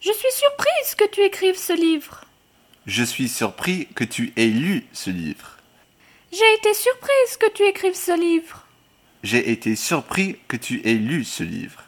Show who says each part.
Speaker 1: Je suis surprise que tu écrives ce livre.
Speaker 2: Je suis surpris que tu aies lu ce livre.
Speaker 1: J'ai été surprise que tu écrives ce livre.
Speaker 2: J'ai été surpris que tu aies lu ce livre.